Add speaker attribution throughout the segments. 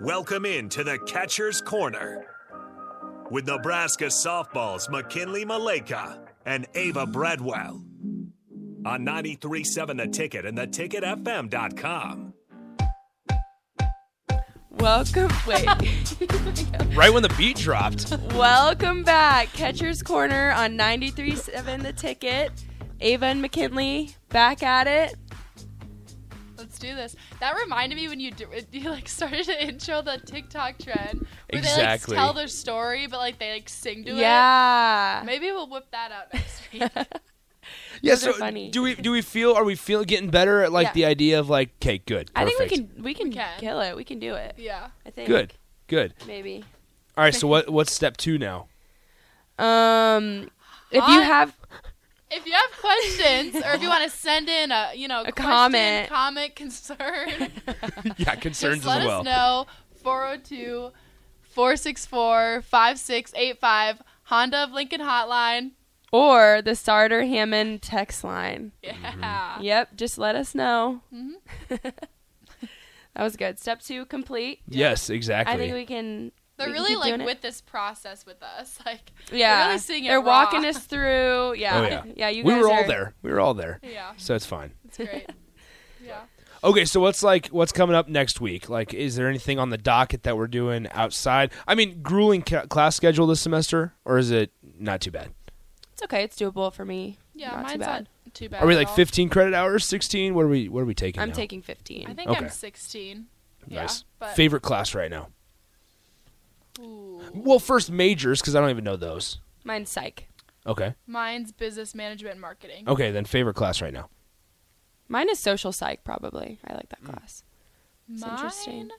Speaker 1: Welcome in to the Catcher's Corner with Nebraska softball's McKinley Maleka and Ava Bradwell on 93.7 The Ticket and theticketfm.com.
Speaker 2: Welcome, wait.
Speaker 3: Right when the beat dropped.
Speaker 2: Welcome back. Catcher's Corner on 93.7 The Ticket. Ava and McKinley back at it.
Speaker 4: Let's do this. That reminded me when you do, you like started to intro the TikTok trend where
Speaker 3: Exactly.
Speaker 4: they like tell their story, but like they like sing to it.
Speaker 2: yeah.
Speaker 4: Maybe we'll whip that out next week.
Speaker 3: Yeah,
Speaker 2: Those
Speaker 3: so
Speaker 2: are funny.
Speaker 3: do we do we feel are we feel getting better at like
Speaker 2: Yeah.
Speaker 3: the idea of like okay, good. Perfect.
Speaker 2: I think we can we can,
Speaker 4: can.
Speaker 2: kill it. We can do it.
Speaker 4: yeah.
Speaker 2: I think.
Speaker 3: Good. Good.
Speaker 2: Maybe.
Speaker 3: All right, so what what's step 2 now?
Speaker 2: Um, if you
Speaker 4: Hot
Speaker 2: have
Speaker 4: If you have questions or if you want to send in a you know
Speaker 2: A
Speaker 4: question,
Speaker 2: comment.
Speaker 4: comment, concern,
Speaker 3: yeah, concerns
Speaker 4: just let
Speaker 3: as well.
Speaker 4: us know. 402 464 5685 Honda of Lincoln Hotline.
Speaker 2: or the Starter Hammond text line.
Speaker 4: Yeah.
Speaker 3: Mm-hmm.
Speaker 4: Ah.
Speaker 2: Yep. Just let us know.
Speaker 4: Mm-hmm.
Speaker 2: that was good. Step two complete.
Speaker 3: Yes, exactly.
Speaker 2: I think we can.
Speaker 4: They're
Speaker 2: we can
Speaker 4: really
Speaker 2: keep
Speaker 4: like
Speaker 2: doing it.
Speaker 4: with this process with us. Like
Speaker 2: Yeah,
Speaker 4: really seeing it
Speaker 2: They're
Speaker 4: raw.
Speaker 2: walking us through. Yeah,
Speaker 3: Oh, yeah.
Speaker 2: You
Speaker 3: We
Speaker 2: guys
Speaker 3: were all
Speaker 2: are-
Speaker 3: there. We were all there.
Speaker 4: yeah,
Speaker 3: So it's fine.
Speaker 4: it's great. Yeah.
Speaker 3: Okay, so what's like what's coming up next week? Like is there anything on the docket that we're doing outside? I mean, grueling ca- class schedule this semester or is it not too bad?
Speaker 2: It's okay. It's doable for me.
Speaker 4: Yeah,
Speaker 2: Not
Speaker 4: mine's
Speaker 2: too bad.
Speaker 4: not too bad.
Speaker 3: Are we
Speaker 4: at
Speaker 3: like
Speaker 4: all.
Speaker 3: 15 credit hours, 16? What are we what are we taking
Speaker 2: I'm
Speaker 3: now?
Speaker 2: taking 15.
Speaker 4: I think
Speaker 3: Okay.
Speaker 4: I'm 16.
Speaker 3: Nice.
Speaker 4: Yeah, but,
Speaker 3: Favorite class right now?
Speaker 4: Ooh.
Speaker 3: Well, first majors because I don't even know those.
Speaker 2: mine's psych.
Speaker 3: Okay.
Speaker 4: Mine's business management and marketing.
Speaker 3: Okay, then favorite class right now.
Speaker 2: Mine is social psych. Probably. I like that class. It's
Speaker 4: Mine,
Speaker 2: interesting.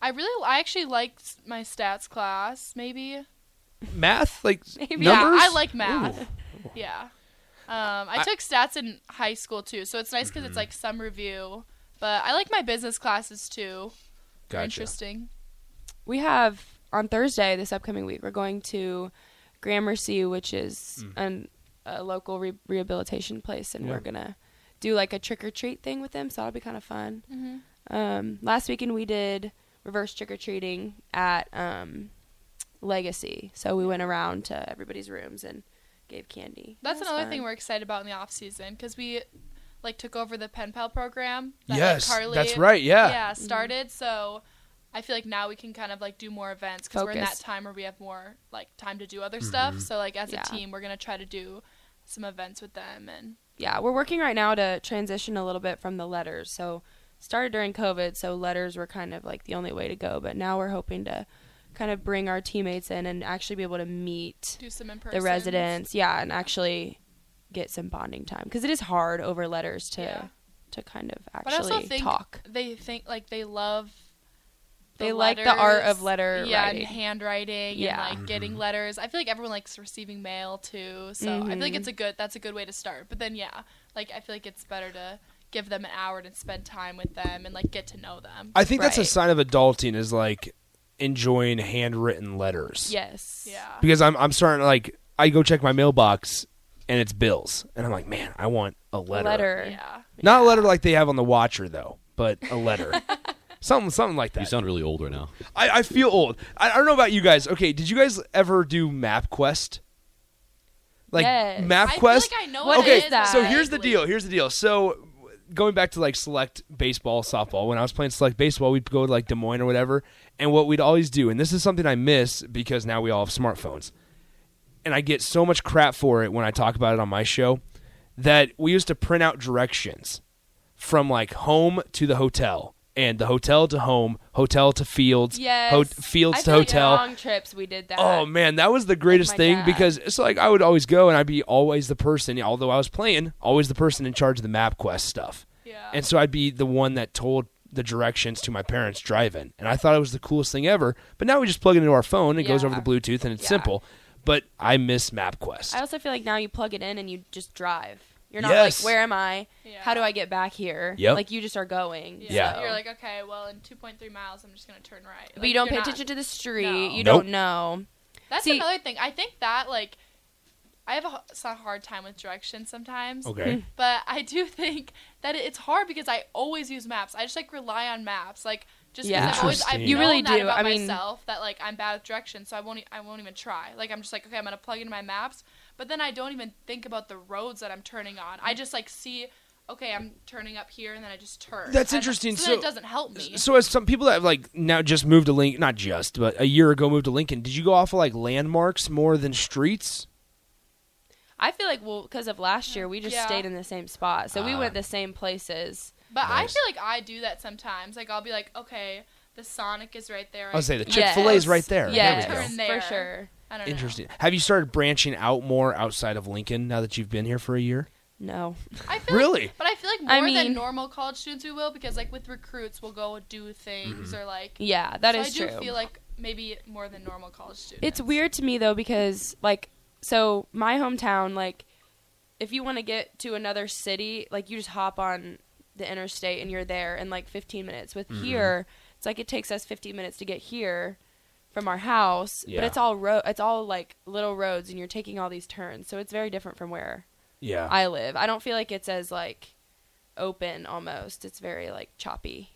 Speaker 4: I really, I actually like s- my stats class. Maybe.
Speaker 3: Math, like
Speaker 2: Maybe.
Speaker 3: numbers.
Speaker 4: Yeah, I like math.
Speaker 3: Ooh.
Speaker 4: Yeah. Um, I,
Speaker 3: I- Mm-hmm.
Speaker 4: took stats in high school too, so it's nice because it's like some review. But I like my business classes too. They're
Speaker 3: Gotcha.
Speaker 4: Interesting.
Speaker 2: We have on Thursday this upcoming week. We're going to Gramercy, which is an, a local re- rehabilitation place, and
Speaker 3: Yeah.
Speaker 2: we're gonna do like a trick or treat thing with them. So that'll be kind of fun.
Speaker 4: Mm-hmm.
Speaker 2: Um, last weekend we did reverse trick or treating at um, Legacy. So we went around to everybody's rooms and gave candy.
Speaker 4: That's
Speaker 2: That was
Speaker 4: another
Speaker 2: fun.
Speaker 4: thing we're excited about in the off season because we like took over the pen pal program. That, like,
Speaker 3: Yes,
Speaker 4: Carly-
Speaker 3: that's right. Yeah. Mm-hmm.
Speaker 4: yeah started. So I feel like now we can kind of like do more events because we're in that
Speaker 2: Focus.
Speaker 4: time where we have more like time to do other stuff.
Speaker 3: Mm-hmm.
Speaker 4: So like as
Speaker 2: Yeah.
Speaker 4: a team, we're gonna try to do some events with them and
Speaker 2: yeah, we're working right now to transition a little bit from the letters. So started during COVID, so letters were kind of like the only way to go. But now we're hoping to kind of bring our teammates in and actually be able to meet
Speaker 4: do some in person.
Speaker 2: the residents, yeah, and actually get some bonding time because it is hard over letters to
Speaker 4: Yeah.
Speaker 2: to kind of
Speaker 4: But I also
Speaker 2: actually
Speaker 4: think
Speaker 2: talk.
Speaker 4: They think like they love. the
Speaker 2: They like the art of letter
Speaker 4: yeah,
Speaker 2: writing.
Speaker 4: and handwriting,
Speaker 2: Yeah.
Speaker 3: Mm-hmm.
Speaker 4: and like getting letters. I feel like everyone likes receiving mail too, so I feel like
Speaker 2: Mhm.
Speaker 4: it's a good that's a good way to start. But then yeah, like I feel like it's better to give them an hour to spend time with them and like get to know them.
Speaker 3: I think that's a
Speaker 2: Right.
Speaker 3: sign of adulting is like enjoying handwritten letters.
Speaker 2: Yes.
Speaker 4: yeah,
Speaker 3: Because I'm I'm starting to, like I go check my mailbox and it's bills and I'm like, man, I want a letter.
Speaker 2: Letter.
Speaker 4: yeah.
Speaker 3: Not a letter like they have on the Watcher though, but a letter. something something like that.
Speaker 5: You sound really old right now.
Speaker 3: I, I feel old. I, I don't know about you guys. Okay, did you guys ever do MapQuest? Like
Speaker 2: Yes.
Speaker 4: I
Speaker 3: MapQuest?
Speaker 4: feel like I know what
Speaker 2: What
Speaker 3: okay,
Speaker 4: it
Speaker 2: is
Speaker 4: is.
Speaker 2: that?
Speaker 3: so here's the
Speaker 4: vaguely.
Speaker 3: deal. Here's the deal. So going back to like select baseball, softball, when I was playing select baseball, we'd go to like Des Moines or whatever, and what we'd always do, and this is something I miss because now we all have smartphones. And I get so much crap for it when I talk about it on my show that we used to print out directions from like home to the hotel and the hotel to home, hotel to fields,
Speaker 2: Yes.
Speaker 3: ho- fields
Speaker 2: I
Speaker 3: to
Speaker 2: feel like
Speaker 3: hotel.
Speaker 2: Long trips. We did that.
Speaker 3: Oh man, that was the greatest
Speaker 2: my
Speaker 3: thing
Speaker 2: dad.
Speaker 3: because it's like I would always go and I'd be always the person, although I was playing, always the person in charge of the map quest stuff.
Speaker 4: Yeah.
Speaker 3: And so I'd be the one that told the directions to my parents driving. And I thought it was the coolest thing ever. But now we just plug it into our phone, it goes
Speaker 2: Yeah.
Speaker 3: over the Bluetooth and it's
Speaker 2: Yeah.
Speaker 3: simple. But I miss MapQuest.
Speaker 2: I also feel like now you plug it in and you just drive. You're not
Speaker 3: Yes.
Speaker 2: like, where am I?
Speaker 4: Yeah.
Speaker 2: How do I get back here?
Speaker 3: Yep.
Speaker 2: Like you just are going.
Speaker 4: Yeah,
Speaker 3: Yeah.
Speaker 4: you're like okay, well in 2.3 miles, I'm just gonna turn right.
Speaker 2: but
Speaker 4: Like,
Speaker 2: you don't
Speaker 4: you're
Speaker 2: pay
Speaker 4: not-
Speaker 2: attention to the street.
Speaker 4: No.
Speaker 2: You
Speaker 3: Nope.
Speaker 2: don't know.
Speaker 4: That's
Speaker 2: See-
Speaker 4: another thing. I think that like I have a, h- s- a hard time with directions sometimes.
Speaker 3: okay.
Speaker 4: But I do think that it- it's hard because I always use maps. I just like rely on maps. Like Just
Speaker 2: Yeah.
Speaker 4: because I've always I've
Speaker 3: Interesting. You
Speaker 4: known
Speaker 2: really
Speaker 4: that
Speaker 2: do.
Speaker 4: about
Speaker 2: I mean-
Speaker 4: myself that like I'm bad with directions, so I won't e- I won't even try. Like I'm just like okay, I'm gonna plug in my maps, but then I don't even think about the roads that I'm turning on. I just like see. Okay, I'm turning up here, and then I just turn.
Speaker 3: That's
Speaker 4: And-
Speaker 3: interesting,
Speaker 4: So, then
Speaker 3: so-
Speaker 4: it doesn't help me.
Speaker 3: So as some people that have like now just moved to Lincoln, not just, but a year ago moved to Lincoln, did you go off of like landmarks more than streets?
Speaker 2: I feel like well, because of last year, we just
Speaker 4: Yeah.
Speaker 2: stayed in the same spot, so we
Speaker 3: Ah.
Speaker 2: went the same places.
Speaker 4: But I
Speaker 3: Nice.
Speaker 4: feel like I do that sometimes. Like I'll be like, okay, the Sonic is right there.
Speaker 3: I would say the
Speaker 4: can
Speaker 3: Chick Fil A is
Speaker 2: Yes.
Speaker 3: right there.
Speaker 2: Yes,
Speaker 3: There we
Speaker 4: Turn
Speaker 3: go.
Speaker 4: there.
Speaker 2: for sure.
Speaker 4: I don't know.
Speaker 3: Interesting. Have you started branching out more outside of Lincoln now that you've been here for a year?
Speaker 2: No,
Speaker 4: I feel
Speaker 3: Really?
Speaker 4: Like, but I feel like more
Speaker 2: I
Speaker 4: than
Speaker 2: mean-
Speaker 4: normal college students we will because like with recruits we'll go do things or like.
Speaker 2: yeah, that
Speaker 4: so
Speaker 2: is
Speaker 4: I do
Speaker 2: true.
Speaker 4: feel like maybe more than normal college students.
Speaker 2: It's weird to me though because like so my hometown like if you want to get to another city like you just hop on the interstate and you're there in like 15 minutes. With
Speaker 3: Mm-hmm.
Speaker 2: here it's like it takes us 15 minutes to get here from our house,
Speaker 3: Yeah.
Speaker 2: but it's all road it's all like little roads and you're taking all these turns. So it's very different from where
Speaker 3: Yeah.
Speaker 2: I live. I don't feel like it's as like open almost. It's very like choppy.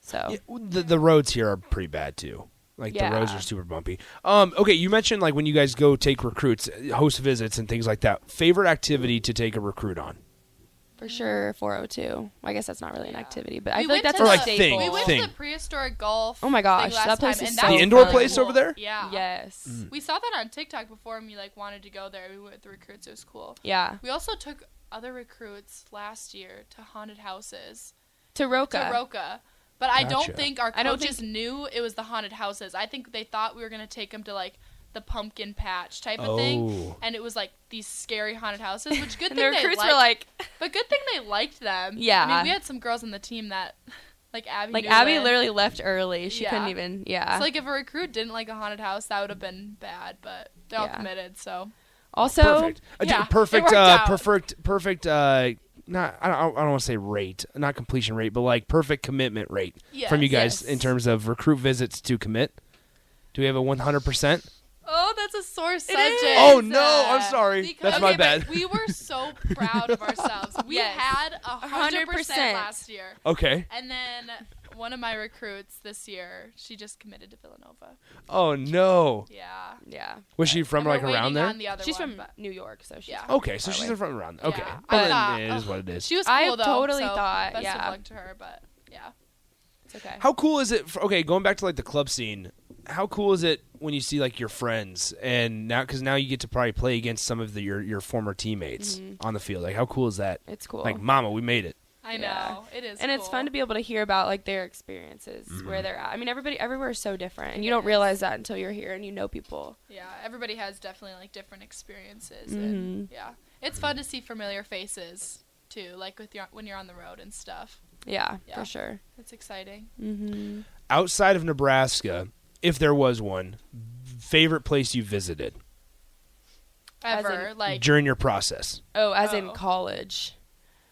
Speaker 2: So
Speaker 3: Yeah, w- the the roads here are pretty bad too. Like the roads
Speaker 2: Yeah.
Speaker 3: are super bumpy. Um, okay, you mentioned like when you guys go take recruits, uh, host visits, and things like that. Favorite activity to take a recruit on?
Speaker 2: For sure, 402. Well, I guess that's not really an
Speaker 4: Yeah.
Speaker 2: activity, but I
Speaker 4: We
Speaker 2: feel like
Speaker 4: went
Speaker 2: that's
Speaker 4: to
Speaker 2: a
Speaker 4: the- Or, like,
Speaker 2: staple.
Speaker 3: thing,
Speaker 4: We went
Speaker 3: thing.
Speaker 4: to the prehistoric golf.
Speaker 2: Oh my gosh,
Speaker 4: thing last
Speaker 2: that place
Speaker 4: time,
Speaker 2: is
Speaker 4: and
Speaker 2: so
Speaker 4: that
Speaker 2: The
Speaker 4: was
Speaker 2: indoor
Speaker 4: really
Speaker 3: place
Speaker 4: cool.
Speaker 3: over there?
Speaker 4: Yeah.
Speaker 2: Yes.
Speaker 3: Mm.
Speaker 4: We saw that on TikTok before, and we like wanted to go there. We went with the recruits. It was cool.
Speaker 2: Yeah.
Speaker 4: We also took other recruits last year to haunted houses.
Speaker 2: Taroka.
Speaker 4: to Roca. But I
Speaker 3: Gotcha.
Speaker 4: don't think our
Speaker 2: I don't
Speaker 4: coaches knew it was the haunted houses. I think they thought we were going to take them to like the pumpkin patch type of thing,
Speaker 3: Oh.
Speaker 4: and it was like these scary haunted houses. Which good
Speaker 2: and the
Speaker 4: thing they
Speaker 2: recruits
Speaker 4: liked.
Speaker 2: were like,
Speaker 4: but good thing they liked them. I
Speaker 2: Yeah.
Speaker 4: mean, we had some girls on the team that like Abby.
Speaker 2: like
Speaker 4: knew
Speaker 2: Abby
Speaker 4: when.
Speaker 2: literally left early. She
Speaker 4: Yeah.
Speaker 2: couldn't even. Yeah.
Speaker 4: So like if a recruit didn't like a haunted house, that would have been bad. But they're all
Speaker 2: Yeah.
Speaker 4: committed, so
Speaker 2: also,
Speaker 3: perfect. A d-
Speaker 4: yeah, it
Speaker 3: perfect.
Speaker 4: worked
Speaker 3: Uh,
Speaker 4: out.
Speaker 3: perfect. Perfect. Uh, not. I don't. I don't want to say rate. Not completion rate, but like perfect commitment rate from you guys
Speaker 2: Yes.
Speaker 3: in terms of recruit visits to commit. Do we have a one hundred percent?
Speaker 4: Oh, that's a sore subject.
Speaker 2: is.
Speaker 3: Oh, no, I'm sorry.
Speaker 4: Because-
Speaker 3: That's my
Speaker 4: okay, but
Speaker 3: bad.
Speaker 4: We were so proud of ourselves. We
Speaker 2: Yes.
Speaker 4: had a hundred
Speaker 2: 100%.
Speaker 4: percent last year,
Speaker 3: Okay.
Speaker 4: and then one of my recruits this year, she just committed to Villanova.
Speaker 3: Oh no.
Speaker 4: Yeah,
Speaker 2: Yeah.
Speaker 3: Was she from
Speaker 4: And we're
Speaker 3: like around
Speaker 4: waiting
Speaker 3: there?
Speaker 4: On the other
Speaker 2: She's
Speaker 4: one,
Speaker 2: from
Speaker 4: but-
Speaker 2: New York, so she's.
Speaker 4: Yeah.
Speaker 3: Okay, so
Speaker 2: far
Speaker 3: she's
Speaker 2: away.
Speaker 3: from around. Okay,
Speaker 4: Yeah.
Speaker 3: well,
Speaker 4: I
Speaker 3: then
Speaker 4: thought-
Speaker 3: it is
Speaker 4: ugh.
Speaker 3: what it is.
Speaker 4: She was cool
Speaker 2: I
Speaker 4: though.
Speaker 2: totally
Speaker 4: so
Speaker 2: thought,
Speaker 4: Best
Speaker 2: yeah.
Speaker 4: of luck to her, but yeah.
Speaker 2: It's okay.
Speaker 3: How cool is it? For, okay, going back to like the club scene. How cool is it when you see like your friends and now because now you get to probably play against some of the, your your former teammates
Speaker 4: Mm-hmm.
Speaker 3: on the field. Like how cool is that?
Speaker 2: it's cool.
Speaker 3: Like, Mama, we made it.
Speaker 4: I
Speaker 2: Yeah.
Speaker 4: know it is,
Speaker 2: and it's
Speaker 4: cool.
Speaker 2: fun to be able to hear about like their experiences,
Speaker 3: Mm-hmm.
Speaker 2: where they're at. I mean, everybody, everywhere is so different, and you don't realize that until you're here and you know people.
Speaker 4: Yeah, everybody has definitely like different experiences, and yeah, it's fun to see familiar faces too, like with your when you're on the road and stuff.
Speaker 2: Yeah,
Speaker 4: Yeah.
Speaker 2: for sure.
Speaker 4: It's exciting.
Speaker 2: Mm-hmm.
Speaker 3: Outside of Nebraska, if there was one, favorite place you visited
Speaker 2: As
Speaker 4: Ever
Speaker 2: in-
Speaker 4: like
Speaker 3: during your process.
Speaker 2: Oh, as in
Speaker 4: Oh.
Speaker 2: college.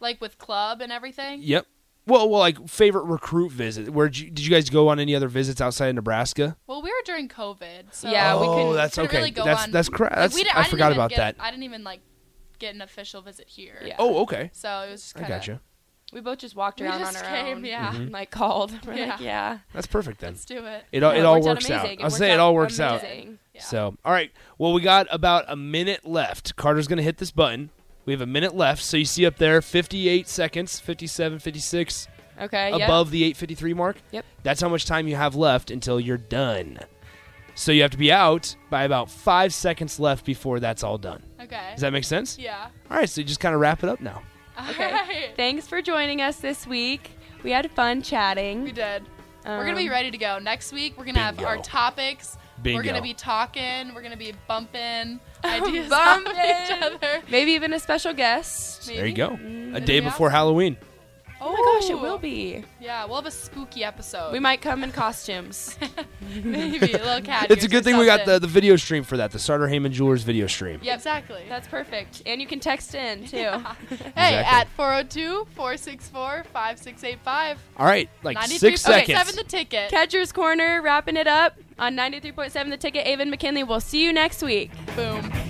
Speaker 4: like with club and everything.
Speaker 3: Yep. Well, well, like favorite recruit visit. Where you, did you guys go on any other visits outside of Nebraska?
Speaker 4: Well, we were during COVID, so
Speaker 2: Yeah,
Speaker 3: oh,
Speaker 2: we couldn't-
Speaker 3: that's
Speaker 4: couldn't
Speaker 3: okay.
Speaker 4: really go
Speaker 3: that's
Speaker 4: on-
Speaker 3: that's correct.
Speaker 4: like,
Speaker 3: That's
Speaker 4: we di-
Speaker 3: I
Speaker 4: didn't
Speaker 3: forgot
Speaker 4: even
Speaker 3: about that.
Speaker 4: get- I didn't even like get an official visit here.
Speaker 2: Yeah.
Speaker 3: oh, okay.
Speaker 4: So it was just
Speaker 3: I
Speaker 4: kind of.
Speaker 3: gotcha.
Speaker 2: We both just walked
Speaker 4: We
Speaker 2: around
Speaker 4: just
Speaker 2: on our
Speaker 4: came,
Speaker 2: own.
Speaker 4: yeah.
Speaker 3: Mm-hmm.
Speaker 2: and, like called. We're
Speaker 4: Yeah.
Speaker 2: like, yeah.
Speaker 3: That's perfect then.
Speaker 4: Let's do it.
Speaker 3: It all,
Speaker 2: No,
Speaker 3: it all
Speaker 2: worked out
Speaker 3: works out.
Speaker 2: amazing. It
Speaker 3: I'll
Speaker 2: worked
Speaker 3: say it
Speaker 2: out
Speaker 3: all works out.
Speaker 2: amazing.
Speaker 4: Yeah.
Speaker 3: So, all right. Well, we got about a minute left. Carter's going to hit this button. We have a minute left. So you see up there 58 seconds, 57, 56,
Speaker 2: Okay. Uh, yeah.
Speaker 3: above the 853 mark.
Speaker 2: Yep.
Speaker 3: That's how much time you have left until you're done. So you have to be out by about five seconds left before that's all done.
Speaker 4: Okay.
Speaker 3: Does that make sense?
Speaker 4: yeah.
Speaker 3: All right. So you just kind of wrap it up now.
Speaker 2: Okay.
Speaker 4: All right.
Speaker 2: Thanks for joining us this week. We had fun chatting.
Speaker 4: We did. we're gonna be
Speaker 2: Um,
Speaker 4: ready to go next week. We're gonna have our
Speaker 3: Bingo.
Speaker 4: topics. We're
Speaker 3: Bingo.
Speaker 4: gonna be talking. We're gonna be bumping ideas
Speaker 2: Bumping.
Speaker 4: off each other.
Speaker 2: Maybe even a special guest.
Speaker 3: There you
Speaker 4: Maybe.
Speaker 3: go. A
Speaker 2: Mm,
Speaker 4: It'll
Speaker 3: day
Speaker 4: be
Speaker 3: before
Speaker 4: awesome.
Speaker 3: Halloween.
Speaker 2: Oh my gosh, it will be.
Speaker 4: Yeah, we'll have a spooky episode.
Speaker 2: We might come in costumes.
Speaker 4: maybe a little cat.
Speaker 3: It's a good thing we got the, the video stream for that, the Starter Heyman Jewelers video stream.
Speaker 4: Yeah, exactly.
Speaker 2: That's perfect. And you can text in too.
Speaker 4: Hey,
Speaker 3: Exactly.
Speaker 4: at 402 464 5685.
Speaker 3: All right, like six seconds.
Speaker 4: the ticket.
Speaker 2: Catcher's Corner, wrapping it up on 93.7 The Ticket. Avon McKinley. We'll see you next week.
Speaker 4: Boom.